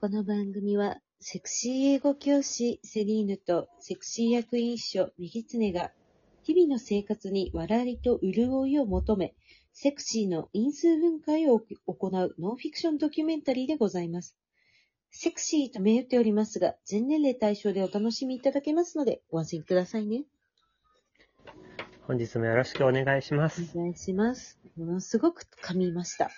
この番組は、セクシー英語教師セリーヌとセクシー役員秘書ミギツネが、日々の生活に笑いと潤いを求め、セクシーの因数分解を行うノンフィクションドキュメンタリーでございます。セクシーと銘打っておりますが、全年齢対象でお楽しみいただけますので、ご安心くださいね。本日もよろしくお願いしまおす。願いします。ものすごく噛みました。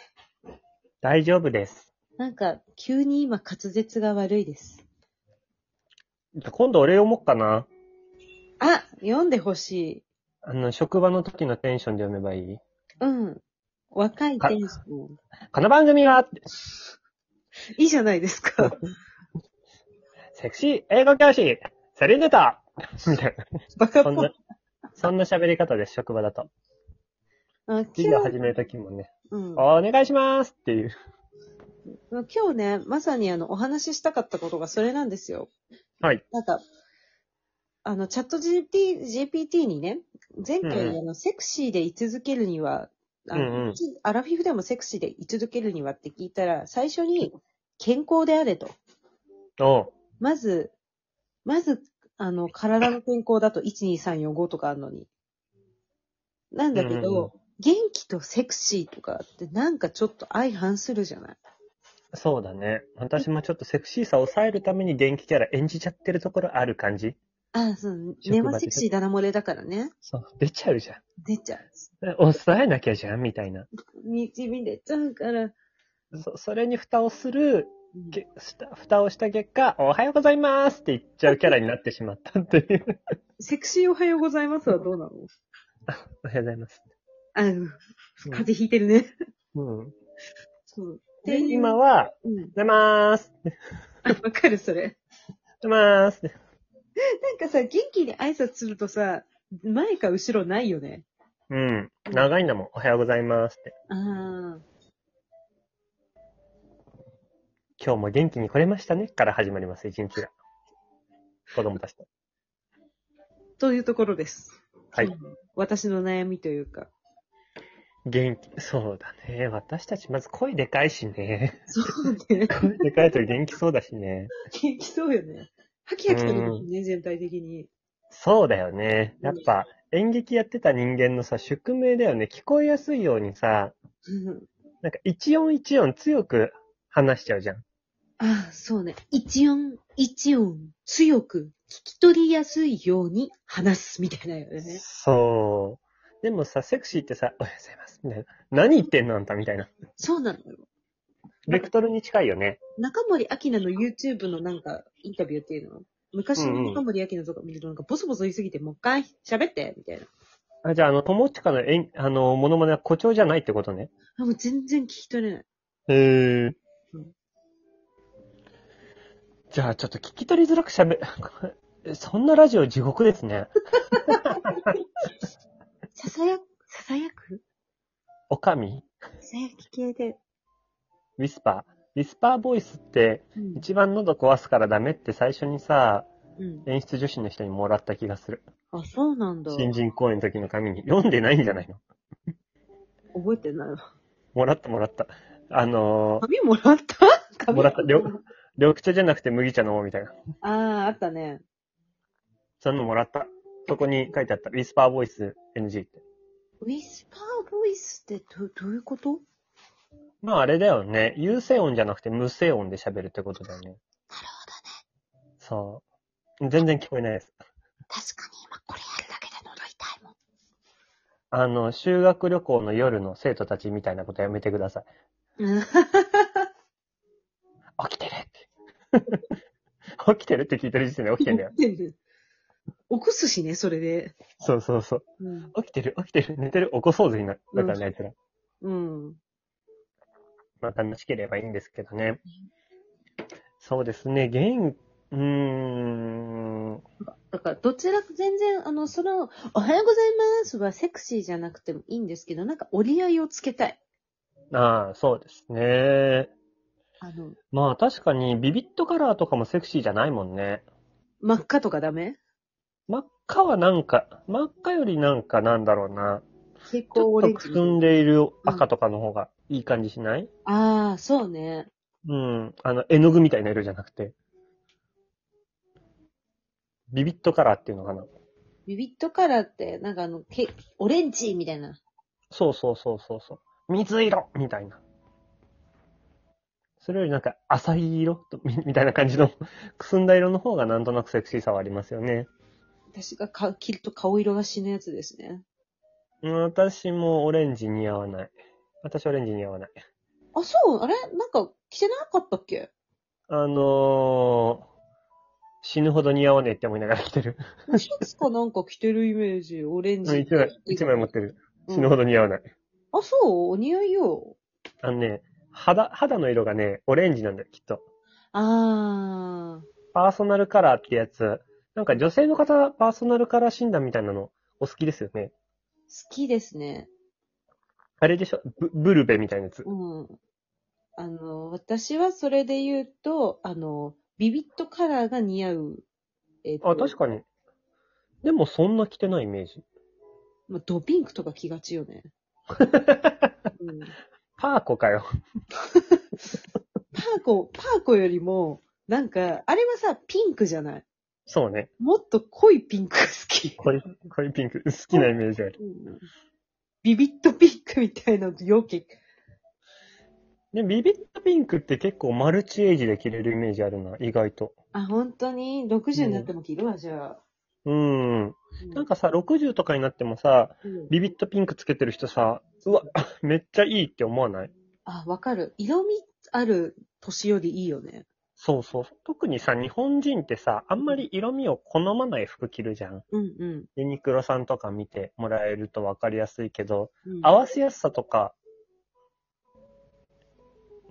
大丈夫です。なんか、急に今滑舌が悪いです。今度お礼読もうかな。あ読んでほしい。あの、職場の時のテンションで読めばいいうん。若いテンション。この番組は、いいじゃないですか。セクシー英語教師、セリヌと、みたいバカな。っぽそんいな。、そんな喋り方です、職場だと。あ授業今始日、める時もね、うん、今お願いしますっていう。日ね、まさにあの、お話ししたかったことがそれなんですよ。はい。なんか、あの、チャット GPT, GPT にね、前回、うんあの、セクシーで居続けるには、あのうんうんアラフィフでもセクシーで居続けるにはって聞いたら、最初に、健康であれと。おうまず、まず、あの、体の健康だと12345とかあるのに。なんだけど、うんうんうん元気とセクシーとかってなんかちょっと相反するじゃないそうだね。私もちょっとセクシーさを抑えるために元気キャラ演じちゃってるところある感じああ、そう、職場根はセクシーだな漏れだからね。そう。出ちゃうじゃん。出ちゃう。抑えなきゃじゃんみたいな。にじみ出ちゃうから。うそ、それに蓋をするんけした蓋をした結果、おはようございますって言っちゃうキャラになってしまったっていう。セクシーおはようございますはどうなの おはようございます。あうん風邪ひいてるね。うん。そう。で、今、は、うん。おはようございます。あわかる、それ。おはようございます。なんかさ、元気に挨拶するとさ、前か後ろないよね。うん。長いんだもん。おはようございますって。ああ。今日も元気に来れましたねから始まります、一日が。子供たちと。というところです。はい。私の悩みというか。元気、そうだね。私たちまず声でかいしね。そうね。声でかいと元気そうだしね。元気そうよね。ハキハキとるもんね、全体的に。そうだよね。やっぱ、演劇やってた人間のさ、宿命だよね。聞こえやすいようにさ、うんなんか一音一音強く話しちゃうじゃん。ああ、そうね。一音、一音、強く、聞き取りやすいように話す、みたいなよね。そう。でもさ、セクシーってさ、おはようございます。みたいな。何言ってんのあんたみたいな。そうなのよ。ベクトルに近いよね。中森明菜の YouTube のなんか、インタビューっていうの昔の中森明菜とか見るとなんかボソボソ言いすぎて、もう一回喋って、みたいな。あじゃあ、あの、友近のえん、あの、モノマネは誇張じゃないってことね。あ、もう全然聞き取れない。へえうん。じゃあ、ちょっと聞き取りづらく喋、 そんなラジオ地獄ですね。ささや、ささやくおかみささやき系で。ウィスパーウィスパーボイスって、うん。一番喉壊すからダメって最初にさ、うん。演出女子の人にもらった気がする。あ、そうなんだ。新人公演の時の紙に。読んでないんじゃないの覚えてないわ。もらったもらった。あの紙もら ったー、もらった。緑、緑茶じゃなくて麦茶飲もうみたいな。ああ、あったね。そんなのもらった。そこに書いてあった。ウィスパーボイス NG って。ウィスパーボイスってどどういうことまああれだよね。有声音じゃなくて無声音で喋るってことだよね。なるほどね。そう。全然聞こえないです。確かに今これやるだけで喉痛いもん。あの、修学旅行の夜の生徒たちみたいなことやめてください。起きてるって。 起きてるって聞いてる時点で起きてんだ よ。全部。起こすしね、それで。そうそうそう。うん。起きてる、起きてる、寝てる、起こそうぜ、今。だからね、あいつら。うん。まあ、楽しければいいんですけどね。そうですね、ゲーム、うーん、だから、どちらか全然、あの、その、おはようございますはセクシーじゃなくてもいいんですけど、なんか折り合いをつけたい。ああ、そうですね。あの、まあ、確かに、ビビットカラーとかもセクシーじゃないもんね。真っ赤とかダメ真っ赤はなんか、真っ赤よりなんかなんだろうな。結ち構ょオレっンとくジ。すんでいる赤とかの方がいい感じしない、ああ、そうね。うん。あの、絵の具みたいな色じゃなくて。ビビットカラーっていうのかな。ビビットカラーって、なんかあの、けオレンジみたいな。そうそうそうそうそう。水色みたいな。それよりなんか浅い色とみみたいな感じの くすんだ色の方がなんとなくセクシーさはありますよね。私がか着ると顔色が死ぬやつですね。うん私もオレンジ似合わない。私オレンジ似合わない。あ、そうあれなんか着てなかったっ けあのー、死ぬほど似合わねえって思いながら着てる。シャツかなんか着てるイメージ、オレンうジ。ん一枚、一枚持ってうる。ん死ぬほど似合わない。あ、そうお似合いよ。あのね、肌、肌の色がね、オレンジなんだよ、きっと。あー。パーソナルカラーってやつ。なんか女性の方、パーソナルカラー診断みたいなの、お好きですよね。好きですね。あれでしょブブルベみたいなやつ。うん。あの、私はそれで言うと、あの、ビビットカラーが似合う。えっとあ、確かに。でもそんな着てないイメージ。まあ、ドピンクとか着がちよ ね。うん、パーコかよ。 パーコ、パーコよりも、なんか、あれはさ、ピンクじゃないそうね。もっと濃いピンクが好き。これ、これピンク。好きなイメージある。うんビビットピンクみたいなのよく、で、ビビットピンクって結構マルチエイジで着れるイメージあるな、意外と。あ、本当に ?60 になっても着るわ、じゃあ。うん。うんなんかさ、60とかになってもさ、うんビビットピンクつけてる人さ、うわ、 めっちゃいいって思わないあ、わかる。色味ある年よりいいよね。そうそう。特にさ、日本人ってさ、あんまり色味を好まない服着るじゃん。うんうんユニクロさんとか見てもらえるとわかりやすいけど、うん。合わせやすさとか、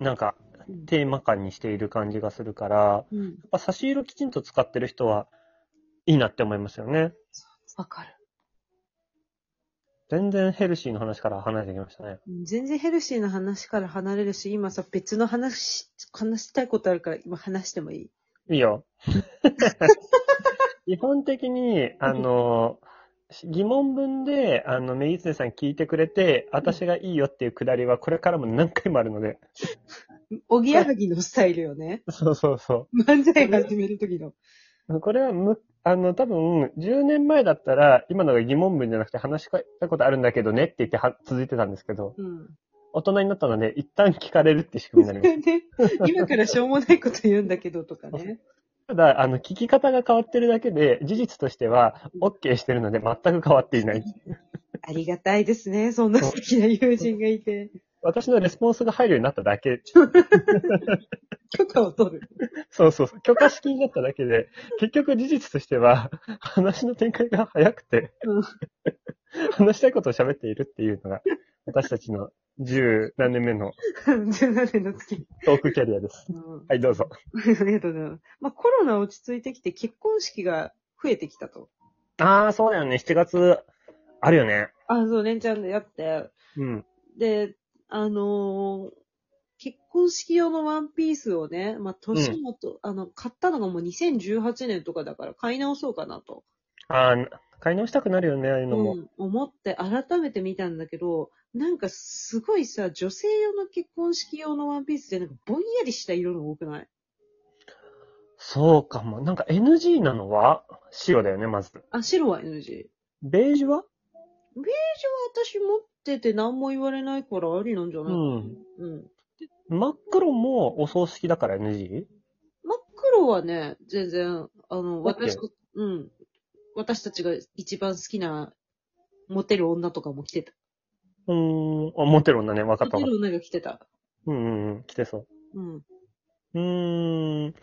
なんか、うんテーマ感にしている感じがするから、やうん。っぱ差し色きちんと使ってる人は、いいなって思いますよね。わかる。全然ヘルシーの話から離れてきましたね。うん全然ヘルシーな話から離れるし、今さ、別の話、話したいことあるから、今話してもいいいい よ。基本的に、あの、疑問文で、あの、メイツネさん聞いてくれて、私がいいよっていうくだりは、これからも何回もあるので。おぎやはぎのスタイルよね。そうそうそ 漫才始めるときの。う。これはむ、あの、多分、10年前だったら、今のが疑問文じゃなくて、話したことあるんだけどねって言っては、続いてたんですけど、うん。大人になったので、一旦聞かれるって仕組みになります。 ね、今からしょうもないこと言うんだけどとかね。ただ、あの、聞き方が変わってるだけで、事実としては、OK してるので、全く変わっていない。ありがたいですね。そんな素敵な友人がいて。私のレスポンスが入るようになっただけ。許可を取る。そうそうそう。許可式になっただけで、結局事実としては、話の展開が早くて、うん話したいことを喋っているっていうのが、私たちの十何年目の17年の月。トークキャリアです。うんはい、どうぞ。ありがとうございます。まあ、コロナ落ち着いてきて、結婚式が増えてきたと。あー、そうだよね。7月、あるよね。あ、そう、連チャンでやって。うん。で、あのー結婚式用のワンピースをね、まあ、年もと、あの、買ったのがもう2018年とかだから買い直そうかなと。あー、買い直したくなるよね、ああいうのも。うん、思って改めて見たんだけど、なんかすごいさ、女性用の結婚式用のワンピースってなんかぼんやりした色の多くないそうかも。なんか NG なのは、白だよね、まず。あ、白は NG。ベージュは私持ってて何も言われないからありなんじゃないうん。うん。真っ黒もお葬式だから NG? 真っ黒はね、全然、あの、だって私と、うん。私たちが一番好きな、モテる女とかも着てた。うーん。あ、モテる女ね、分かっモたテ分かっる女が着てた。た。うんうんうん、来てそうん。う。うーん。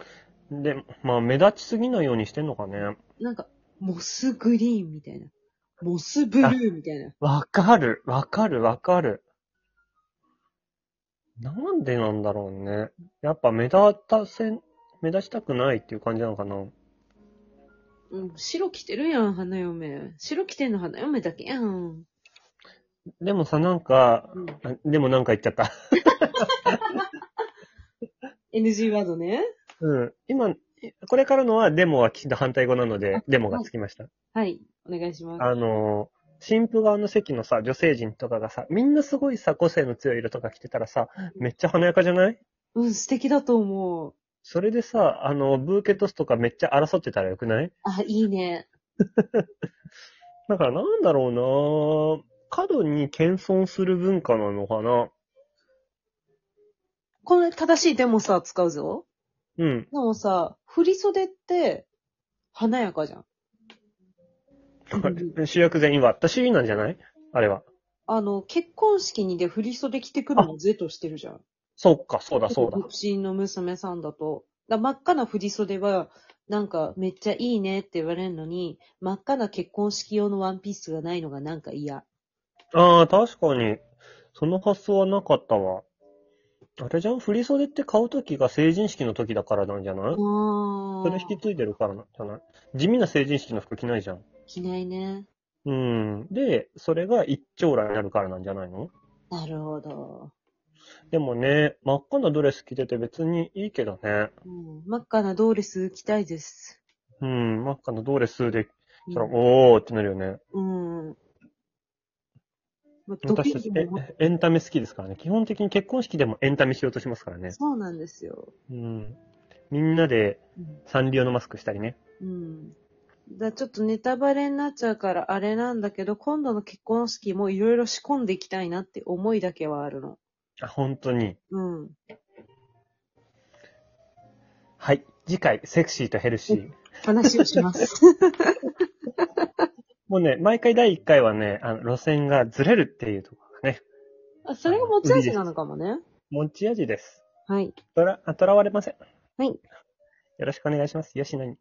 で、まあ、目立ちすぎないようにしてんのかね。なんか、モスグリーンみたいな。モスブルーみたいな。わかる、わかる、わかる。なんでなんだろうね。やっぱ目立たせん、目立ちたくないっていう感じなのかな。うん。白着てるやん、花嫁。白着てんの花嫁だけやん。でもさ、なんか、うん。あでもなんか言っちゃった。 NG ワードね。うん。今、これからのはデモはきちんと反対語なので、デモがつきました。はい。お願いします。あの、新婦側の席のさ、女性陣とかがさ、みんなすごいさ、個性の強い色とか着てたらさ、めっちゃ華やかじゃないうん、素敵だと思う。それでさ、あの、ブーケトスとかめっちゃ争ってたらよくないあ、いいね。だからなんだろうな過度に謙遜する文化なのかなこの正しいデモさ、使うぞ。うん。でもさ、振り袖って、華やかじゃん。主役全員は私なんじゃないあれは。あの、結婚式にで振り袖着てくるのゼとしてるじゃん。そっか、そうだ、そうだ独。身の娘さんだと。だ真っ赤な振り袖は、なんか、めっちゃいいねって言われるのに、真っ赤な結婚式用のワンピースがないのがなんか嫌。ああ、確かに。その発想はなかったわ。あれじゃん振り袖って買うときが成人式の時だからなんじゃなあいそれ引きー。継いでるからなんじゃない地味な成人式の服着ないじゃん。着ないね。うん。で、それが一長羅になるからなんじゃないのなるほど。でもね、真っ赤なドレス着てて別にいいけどね。うん、真っ赤なドーレス着たいです。うん、真っ赤なドレスで、そら、うんおーってなるよね。うん。まあ、ド私キたちドキえもねエンタメ好きですからね。基本的に結婚式でもエンタメしようとしますからね。そうなんですよ。うん。みんなでうん。サンリオのマスクしたりね。うん、だちょっとネタバレになっちゃうからあれなんだけど、今度の結婚式もいろいろ仕込んでいきたいなって思いだけはあるの。あ、本当に。うん。はい。次回、セクシーとヘルシー。話をし ます。もうね、毎回第1回はね、あの、路線がずれるっていうところがね、あそれが持ち味なのかもね。持ち味です。はい。とら、あとらわれません。はいよろしくお願いします。よしなに。